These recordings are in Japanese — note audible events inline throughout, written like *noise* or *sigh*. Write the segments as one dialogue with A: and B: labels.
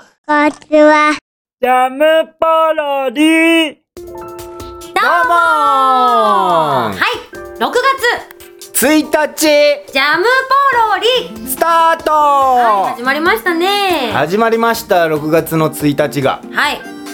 A: ちは。
B: ジャムパロディ
C: どうもはい !6
D: 1日
C: 月、ジャムポロリ
D: スタート
C: 始まりましたねはい、
D: 始まりました6月の1日が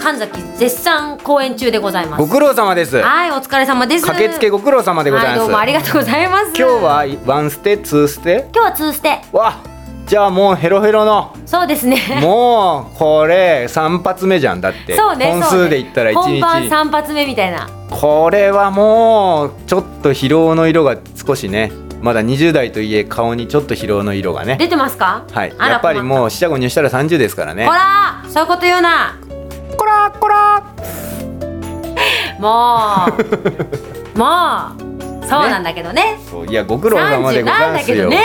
C: 神崎絶賛公演中でございます
D: ご。苦労様です
C: はい、お疲れ様です。
D: 駆けつけご苦労様でござい
C: は
D: ま
C: い、
D: す
C: どうもありがとうございます。
D: 今日は1ステ2ステ
C: 今日はツーステ。
D: わじゃあもうヘロヘロ
C: *laughs*
D: の
C: そうですね。
D: もうこれ3発目じゃんだって
C: *laughs* そうね。
D: 本
C: そうね
D: 数で言ったら
C: 本番
D: 1日
C: 3発目みたいな。
D: これはもうちょっと疲労の色が少しねまだ20代といえ顔にちょっと疲労の色がね
C: 出てますか
D: はい、やっぱりもう四捨五入したら30ですから
C: う
D: ね
C: ほ。らそういうこと言うな
D: こらこら。
C: も
D: *laughs*
C: うもうそうなんだけどね
D: そういやご苦労様で
C: 30
D: ござ
C: なん
D: ん
C: だ
D: す
C: けど
D: よ。
C: ね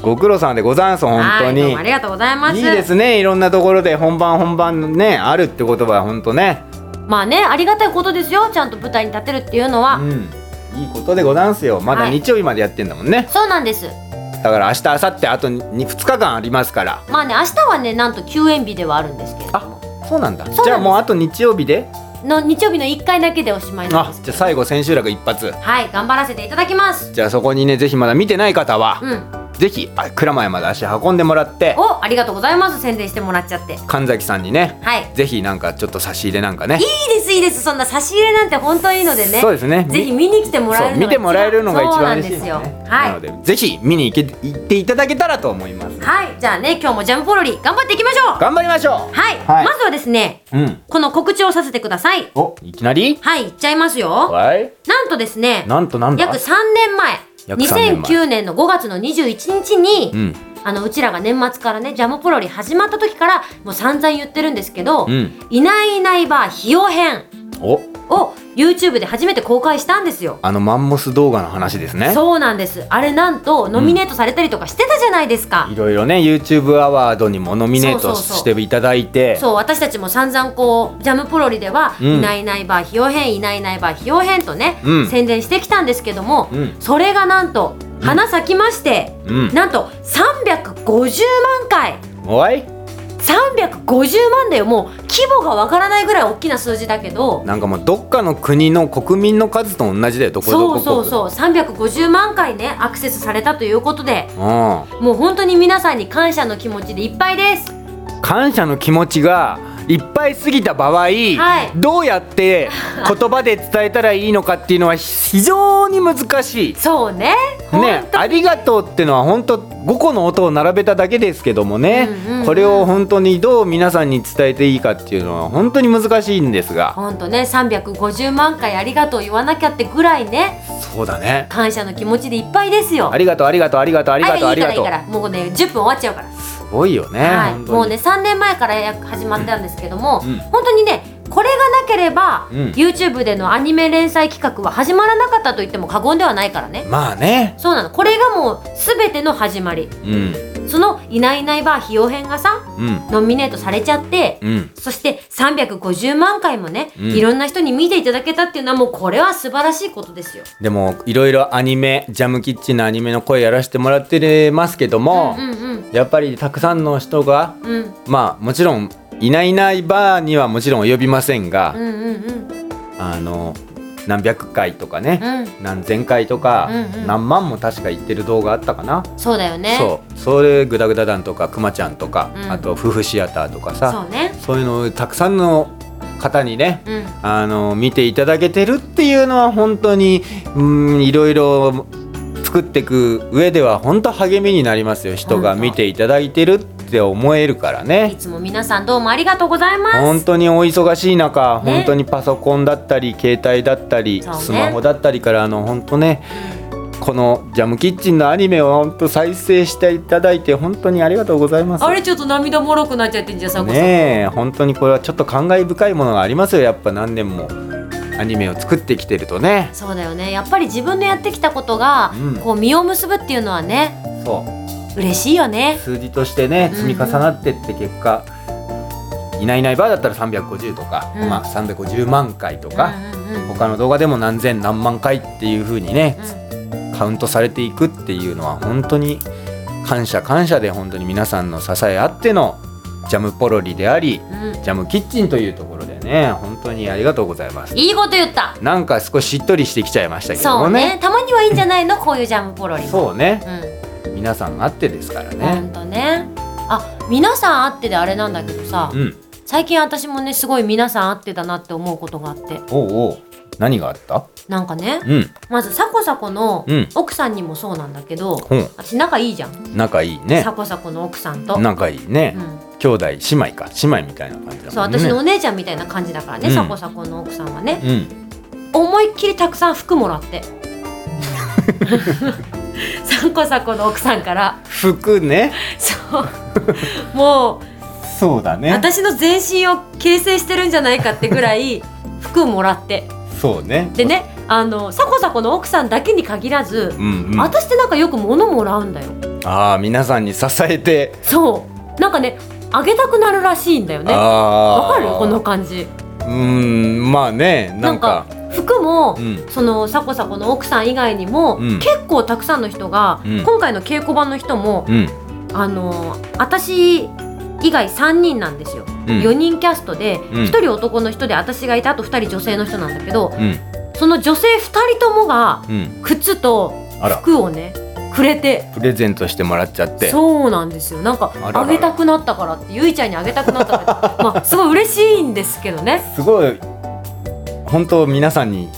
D: ご苦労様でござんす本当
C: はい、どう
D: に
C: もあ。りがとうございます
D: いいですねいろんなところで本番本番ねあるってことは本当ね。
C: まあねありがたいことですよちゃんと舞台に立てるっていうのは、
D: うん。いいことでござんすよまだ
C: はい
D: 日曜日までやってんだもんね、
C: そうなんです
D: だから明日明後日あと 2, 日間ありますから
C: まあね明日はねなんと休演日ではあるんですけれども
D: そうなんだ
C: す
D: じゃあもうあと日曜日で
C: の日曜日の1回だけでおしまいなん
D: あ
C: です
D: じゃあ最後千秋楽一発
C: はい頑張らせていただきます
D: じゃあそこにねぜひまだ見てない方は、
C: うん
D: ぜひあ蔵前まで足運んでもらって
C: おありがとうございます宣伝してもらっちゃって
D: 神崎さんにね
C: はいいい
D: ぜひなんかちょっと差し入れなんかね
C: ですいいですそんな差し入れなんて本当いいのでね
D: そうですね
C: ぜひ見に来てもらえ
D: そう
C: るの
D: 見
C: が一番
D: てもらえるのが一番嬉しい
C: そうなんです
D: ね
C: よ
D: な
C: は
D: のでぜひ見に行け行っていただけたらと思います
C: いはいじゃあね今日もジャムポロリ頑張っていきましょう
D: 頑張りましょ
C: はい、
D: はい
C: まずはですね
D: ううん
C: この告知をさせてください
D: おいきなり
C: はいいっちゃいますよ
D: はい
C: なんとですね
D: なんとなんだ
C: 約3年前
D: 約3年前
C: 2009年の5月の21日に、
D: うん
C: あのうちらが年末からねジャムポロリ始まった時からもう散々言ってるんですけど「
D: うん
C: いないいないばー費用編
D: お」
C: を YouTube で初めて公開したんですよ。
D: あのマンモス動画の話ですね
C: そうなんですあれなんとノミネートされたりとかしてたじゃないですか、
D: いろいろね YouTube アワードにもノミネー
C: そう
D: ト
C: そうそう
D: していただいて
C: そう私たちも散々こうジャムポロリでは、
D: うん
C: いないいないばー費用編いないいないばー費用編とね、
D: うん
C: 宣伝してきたんですけども、
D: うん
C: それがなんと花咲きまして、
D: うん
C: なんと350万回
D: おい
C: 350万だよもう規模がわからないぐらい大きな数字だけど
D: なんかもうどっかの国の国民の数と同じだよどこど
C: そ
D: こ
C: うそう
D: う
C: そう350万回ねアクセスされたということで
D: うん
C: もう本当に皆さんに感謝の気持ちでいっぱいです
D: 感謝の気持ちがいっぱい過ぎた場合、
C: い
D: どうやって言葉で伝えたらいいのかっていうのは非常に難しい。
C: そうね
D: ね、ありがとうってのは本当5個の音を並べただけですけどもね、
C: うんうんうん
D: これを本当にどう皆さんに伝えていいかっていうのは本当に難しいんですが
C: ほんとね350万回ありがとう言わなきゃってぐらいね
D: そうだね
C: 感謝の気持ちでいっぱいですよ
D: ありがとうありがとうありがとうありがとうあ
C: あい
D: り
C: いか
D: が
C: らいい
D: とう
C: からもうね10分終わっちゃうから
D: すごいよね、
C: はい、
D: 本当に
C: もうね3年前からや始まったんですけども、
D: うん
C: 本当にねこれがなければ、
D: うん
C: YouTube でのアニメ連載企画は始まらなかったと言っても過言ではないからね
D: まあね
C: そうなのこれがもう全ての始まり
D: うん
C: その「いないいないばー費用編」がさ
D: うん
C: ノミネートされちゃって、
D: うん
C: そして350万回もね、
D: うん
C: いろんな人に見ていただけたっていうのはもうこれは素晴らしいことですよ。
D: でもいろいろアニメジャムキッチンのアニメの声やらせてもらってますけども、
C: うんうん
D: やっぱりたくさんの人が
C: うんうん
D: まあもちろんいないいないバーにはもちろん及びませんが、
C: うんうん
D: あの何百回とかね、
C: うん
D: 何千回とか、
C: うんうん
D: 何万も確か言ってる動画あったかな、
C: そうだよね。
D: そうそれグダグダ団とかくまちゃんとか、
C: うん
D: あと夫婦シアターとか
C: そ
D: さ
C: うね。
D: そういうのをたくさんの方にね
C: うん
D: あの見ていただけてるっていうのは本当にうんいろいろ作っていく上では本当励みになりますよ人が
C: 本当
D: 見ていただいてるって思えるから
C: い
D: ね。
C: つも皆さんどうもありがとうございます。
D: 本当にお忙しい中、
C: ね
D: 本当にパソコンだったり携帯だったり、
C: そうね
D: スマホだったりからあの本当ねこの「ジャムキッチン」のアニメを本当再生していただいて本当にありがとうございます。
C: あれちょっと涙もろくなっちゃってんじゃんさこさん、
D: ねえ本当にこれはちょっと感慨深いものがありますよやっぱ何年もアニメを作ってきてるとね
C: そうだよねやっぱり自分のやってきたことが、
D: うん
C: こう実を結ぶっていうのはね
D: そう
C: 嬉しいよね
D: 数字としてね積み重なってって結果、いないいないばーだったら350とか、
C: うん
D: まあ、350万回とか、
C: うんうんうん
D: 他の動画でも何千何万回っていう風にね、
C: う
D: カウントされていくっていうのは本当に感謝感謝で本当に皆さんの支えあってのジャムポロリであり
C: うん
D: ジャムキッチンというところでね本当にありがとうございます
C: いいこと言った
D: なんか少ししっとりしてきちゃいましたけど
C: そ
D: も
C: うね
D: ね
C: たまにはいいんじゃないのこういうジャムポロリも
D: そうね
C: うん
D: 皆さんあってですから
C: ほ
D: ね
C: んとねあ皆さんあってであれなんだけどさ
D: うん
C: 最近私もねすごい皆さんあってだなって思うことがあって
D: おうおう何があった
C: なんかね
D: うん
C: まずサコサコの
D: うん
C: 奥さんにもそうなんだけど、
D: ほん
C: 私仲いいじゃん、
D: 仲いいね
C: サコサコの奥さんと、
D: 仲いいね、
C: うん
D: 兄弟姉妹か姉妹みたいな感じだもんね
C: そう私のお姉ちゃんみたいな感じだからね、
D: うん
C: サコサコの奥さんはね
D: うん
C: 思いっきりたくさん服もらって
D: *laughs*
C: サコサコの奥さんから
D: 服ね
C: そうも
D: そうだ
C: う
D: ね
C: 私の全身を形成してるんじゃないかってぐらい服もらって
D: そうね
C: でねあのサコサコの奥さんだけに限らず
D: う、んうんあ
C: 私ってなんかよく物もらうんだよ
D: あー皆さんに支えて、
C: そうなんかねあげたくなるらしいんだよねわ
D: あ
C: か
D: あ
C: るこの感じ
D: うーんまあねなんか
C: 服も、
D: うん
C: そのサコサコの奥さん以外にも、
D: うん
C: 結構たくさんの人が、
D: うん
C: 今回の稽古場の人も、
D: うん
C: あの私以外3人なんですよ、
D: うん
C: 4人キャストで、
D: うん
C: 1人男の人で私がいてあと2人女性の人なんだけど
D: うん
C: その女性2人ともが
D: うん
C: 靴と
D: あら
C: 服をねくれて
D: プレゼントしてもらっちゃって
C: そうなんですよなんか
D: あららら
C: あげたくなったからってゆいちゃんにあげたくなったから
D: *laughs*
C: ってまあすごい嬉しいんですけどね
D: すごい本当皆さんに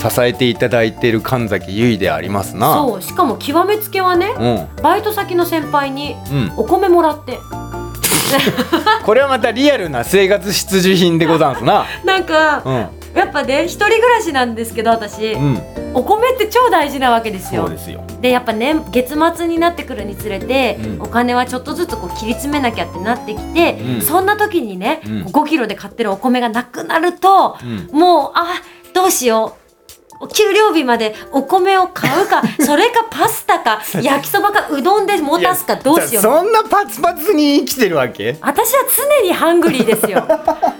D: 支えていただいている神崎結衣でありますな
C: そうしかも極めつけはね
D: うん
C: バイト先の先輩に
D: うん
C: お米もらって
D: これはまたリアルな生活必需品でござんす *laughs* な
C: なんか
D: うん
C: やっぱね一人暮らしなんですけど私、
D: うん
C: お米って超大事なわけです
D: そ
C: よ
D: うですよ
C: でやっぱね月末になってくるにつれて、
D: うん
C: お金はちょっとずつこう切り詰めなきゃってなってきて、
D: うん
C: そんな時にね、
D: うん
C: 5キロで買ってるお米がなくなると
D: うん
C: もうあどうしようお給料日までお米を買
D: *laughs*
C: うかそれかパスタか焼きそばかうどんで持たすかどうしよう
D: そんなパツパツに生きてるわけ
C: 私は常にハングリーで
D: *laughs*
C: すよ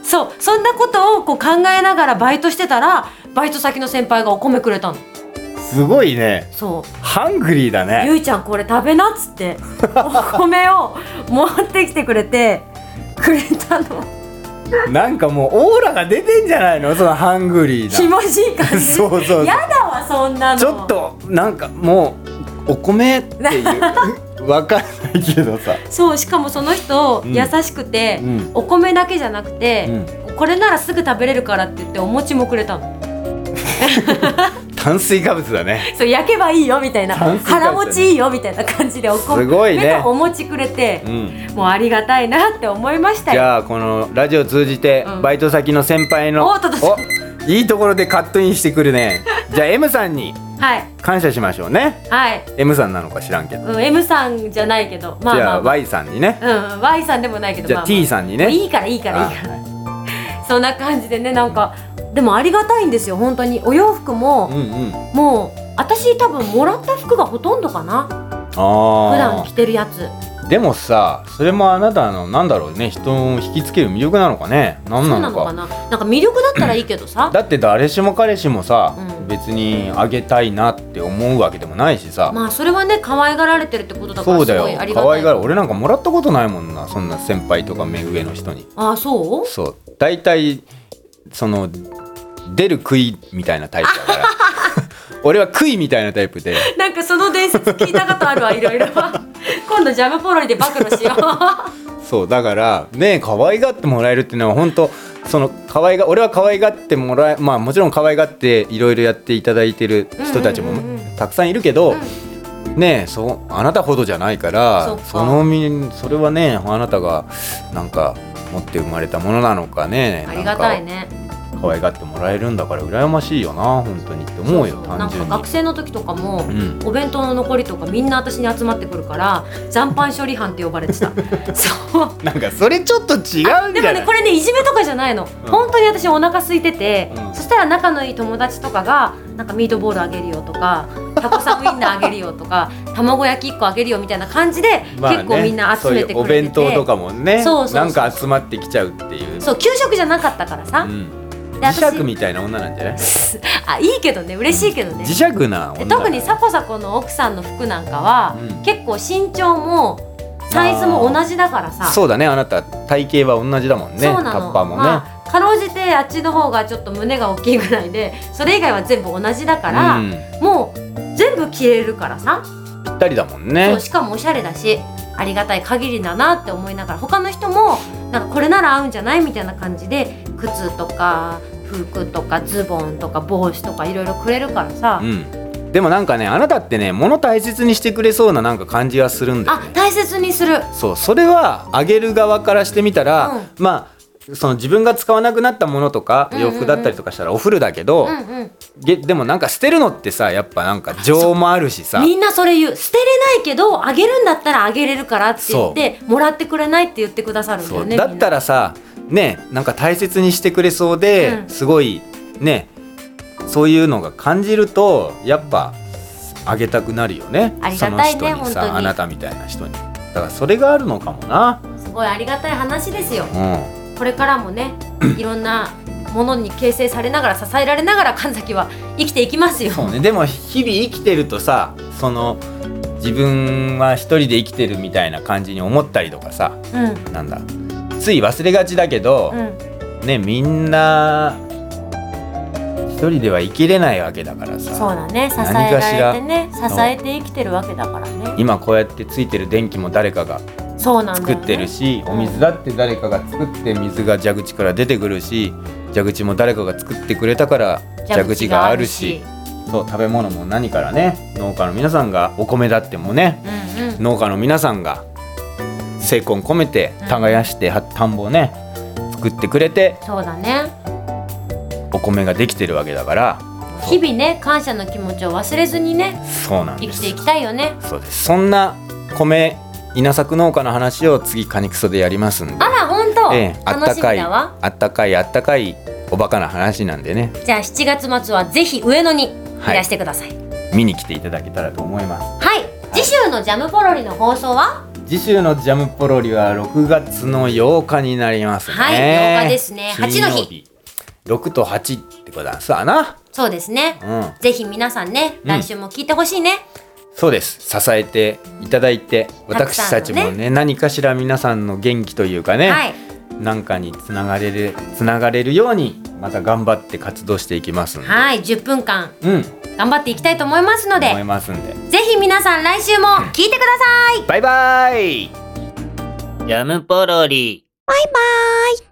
C: そうそんなことをこう考えながらバイトしてたらバイト先の先輩がお米くれたの
D: すごいね
C: そう
D: ハングリーだね
C: ゆいちゃんこれ食べなっつって
D: *laughs*
C: お米を持ってきてくれてくれたの
D: なんかもうオーラが出てんじゃないのそのハングリー
C: 気
D: な
C: 持ちいい感じ
D: そうそうそう
C: やだわそんなの
D: ちょっとなんかもうお米っていう *laughs* わかんないけどさ、
C: そうしかもその人、
D: うん
C: 優しくて、
D: うん
C: お米だけじゃなくて、
D: うん、
C: これならすぐ食べれるからって言ってお餅もくれたの
D: 炭水化物だね
C: そう焼けばいいよみたいな
D: 炭水化物
C: 腹持ちいいよみたいな感じでお米
D: すごいね
C: なんかお餅くれて
D: う、ん
C: もうありがたいなって思いました
D: じ
C: よ
D: ゃあこのラジオ通じて
C: うん
D: バイト先の先輩の、
C: おっとっと
D: いいところでカットインしてくるねじゃあ M さんに
C: はい
D: 感謝しましょうね
C: はい、
D: M さんなのか知らんけど、
C: うん、M さんじゃないけどまあ
D: じ
C: ま
D: ゃ
C: あ、
D: あ Y さんにね
C: うん、Y さんでもないけど
D: じゃあ
C: まあまあ
D: T さんにね
C: いいからいいからいいから
D: あ
C: そんな感じでねなんかでもありがたいんですよ本当にお洋服
D: う
C: も、
D: んうん
C: もう私多分もらった服がほとんどかな
D: あ
C: 普
D: ー
C: 段着てるやつ
D: でもさそれもあなたのなんだろうね人を引きつける魅力なのかね何
C: そう
D: なの
C: なの
D: か
C: かななんか魅力だったらいいけどさ
D: だって誰しも彼氏もさ、
C: うん
D: 別にあげたいなって思うわけでもないしさ、
C: まあそれはね可愛がられてるってことだから
D: そうだ
C: す
D: よ
C: ごいありが
D: 可
C: たい
D: 愛がる俺なんかもらったことないもんなそんな先輩とか目上の人に
C: ああそう *laughs*
D: そう大体その出る杭みたいなタイプだ
C: *laughs*
D: から俺は杭みたいなタイプで
C: なんかその伝説聞いたことあるわいろいろ *laughs* 今度ジャムポロリで暴露しよう
D: そうだからね可愛がってもらえるっていうのは本当その可愛が俺は可愛がってもらえまあもちろん可愛がっていろいろやっていただいてる人たちも
C: うんうんうん
D: たくさんいるけど、ねえそうあなたほどじゃないから
C: そっか
D: のみそれはねあなたがなんか持って生まれたものなのかね
C: ありがたい
D: ね
C: ね
D: 可愛がってもらえるんだから羨ましいよな本当にって思うよ
C: そうそうな
D: 単
C: ん
D: 純
C: か
D: に
C: 学生の時とかも、
D: ん
C: お弁当の残りとかみんな私に集まってくるから残飯処理班って呼ばれて
D: *laughs*
C: たそう
D: なんかそれちょっと違うんじゃない
C: でもねこれねいじめとかじゃないの、
D: うん
C: 本当に私お腹空いてて、
D: うん
C: そしたら仲のいい友達とかがなんかミートボールあげるよとかタコさんウインナーあげるよと
D: *laughs*
C: か卵焼き1個あげるよみたいな感じで、
D: まあね
C: 結構みんな集めて
D: そういうお
C: くれてて
D: 弁当とかもね
C: そうそうそう
D: なんか集まってきちゃうっていう
C: そう給食じゃなかったからさ、
D: うん、
C: で私
D: 磁石みたいな女なんじゃない
C: あいいけどね嬉しいけどね
D: 磁石な
C: で
D: 女
C: 特にサコサコの奥さんの服なんかは、
D: うん
C: 結構身長もサイズも同じだからさ
D: そうだねあなた体型は同じだもんね
C: そうな
D: カ
C: の
D: ッパーもね、
C: まあ、かろうじてあっちの方がちょっと胸が大きいぐらいでそれ以外は全部同じだから、
D: うん、ぴ
C: もう全部着れるからさ、
D: ったりだもん
C: そ
D: ね
C: うしかもおしゃれだしありがたい限りだなって思いながら他の人もなんかこれなら合うんじゃないみたいな感じで靴とか服とかズボンとか帽子とかいろいろくれるからさ、
D: うんでもなんかねあなたってね物大切にしてくれそうななんか感じがするんだよ
C: あ
D: ね
C: 大切にする
D: そうそれはあげる側からしてみたら、
C: う
D: まあその自分が使わなくなったものとか
C: うんうんう
D: 洋
C: ん
D: 服だったりとかしたらお古だけど、
C: うんうん
D: げでもなんか捨てるのってさやっぱなんか情もあるしさ
C: みんなそれ言う捨てれないけどあげるんだったらあげれるからって言ってもらってくれないって言ってくださるんだ
D: そ
C: よ
D: う
C: ね
D: だった
C: ら
D: らさねなんか大切にしてくれそうで、
C: うん
D: すごいねそういうのが感じるとやっぱあげたくなるよね
C: ありがたいね
D: その人にさ
C: 本当に
D: あなたみたいな人にだからそれがあるのかもな
C: すごいありがたい話ですよ
D: うん
C: これからもねいろんなものに形成されながら支えられながら神崎は生きていきますよ
D: そうねでも日々生きてるとさその自分は一人で生きてるみたいな感じに思ったりとかさ
C: うんうん
D: なんだつい忘れがちだけど、ねみんな一人では生きれないわけだからさ
C: そうだね支え
D: 何かし
C: ら
D: ら
C: れてね支
D: の
C: えて生きてるわけだからね
D: 今こうやってついてる電気も誰かが
C: そうなんだよ、ね、
D: 作ってるし、
C: うん
D: お水だって誰かが作って水が蛇口から出てくるし蛇口も誰かが作ってくれたから蛇口があるしそう食べ物も何からね農家の皆さんがお米だってもね
C: うんうん
D: 農家の皆さんが精魂込めて
C: うん
D: 耕しては田んぼをね作ってくれて
C: そうだね
D: お米ができてるわけだから
C: 日々ね感謝の気持ちを忘れずにね
D: そうなん
C: 生
D: で
C: き
D: す
C: ていきたいよね
D: そうですそんな米稲作農家の話を次カニクソでやりますんで
C: あら本当、
D: ええ、あっ
C: 楽
D: た
C: しみ
D: かい
C: だわ
D: あったかいあったかいおバカな話なんでね
C: じゃあ7月末はぜひ上野にいらしてください。はい、
D: 見に来ていただけたらと思います
C: 次週のジャムポロリの放送は、
D: 次週のジャムポロリは6月の8日になりますね
C: はい8日ですね
D: 金曜日6と8ってことなんすわな
C: そうですね。
D: うん
C: ぜひ皆さんね、
D: うん
C: 来週も聞いてほしいね。
D: そうです支えていただいて
C: たくさ
D: 私
C: んのね
D: たちもね何かしら皆さんの元気というかね、
C: はい、
D: なんかにつながれるつながれるようにまた頑張って活動していきますんで、
C: はい、10分間
D: うん
C: 頑張っていきたいと思いますので、
D: 思いますんで
C: ぜひ皆さん来週も聞いてください。
D: バイバイ
B: ジャムポロリ。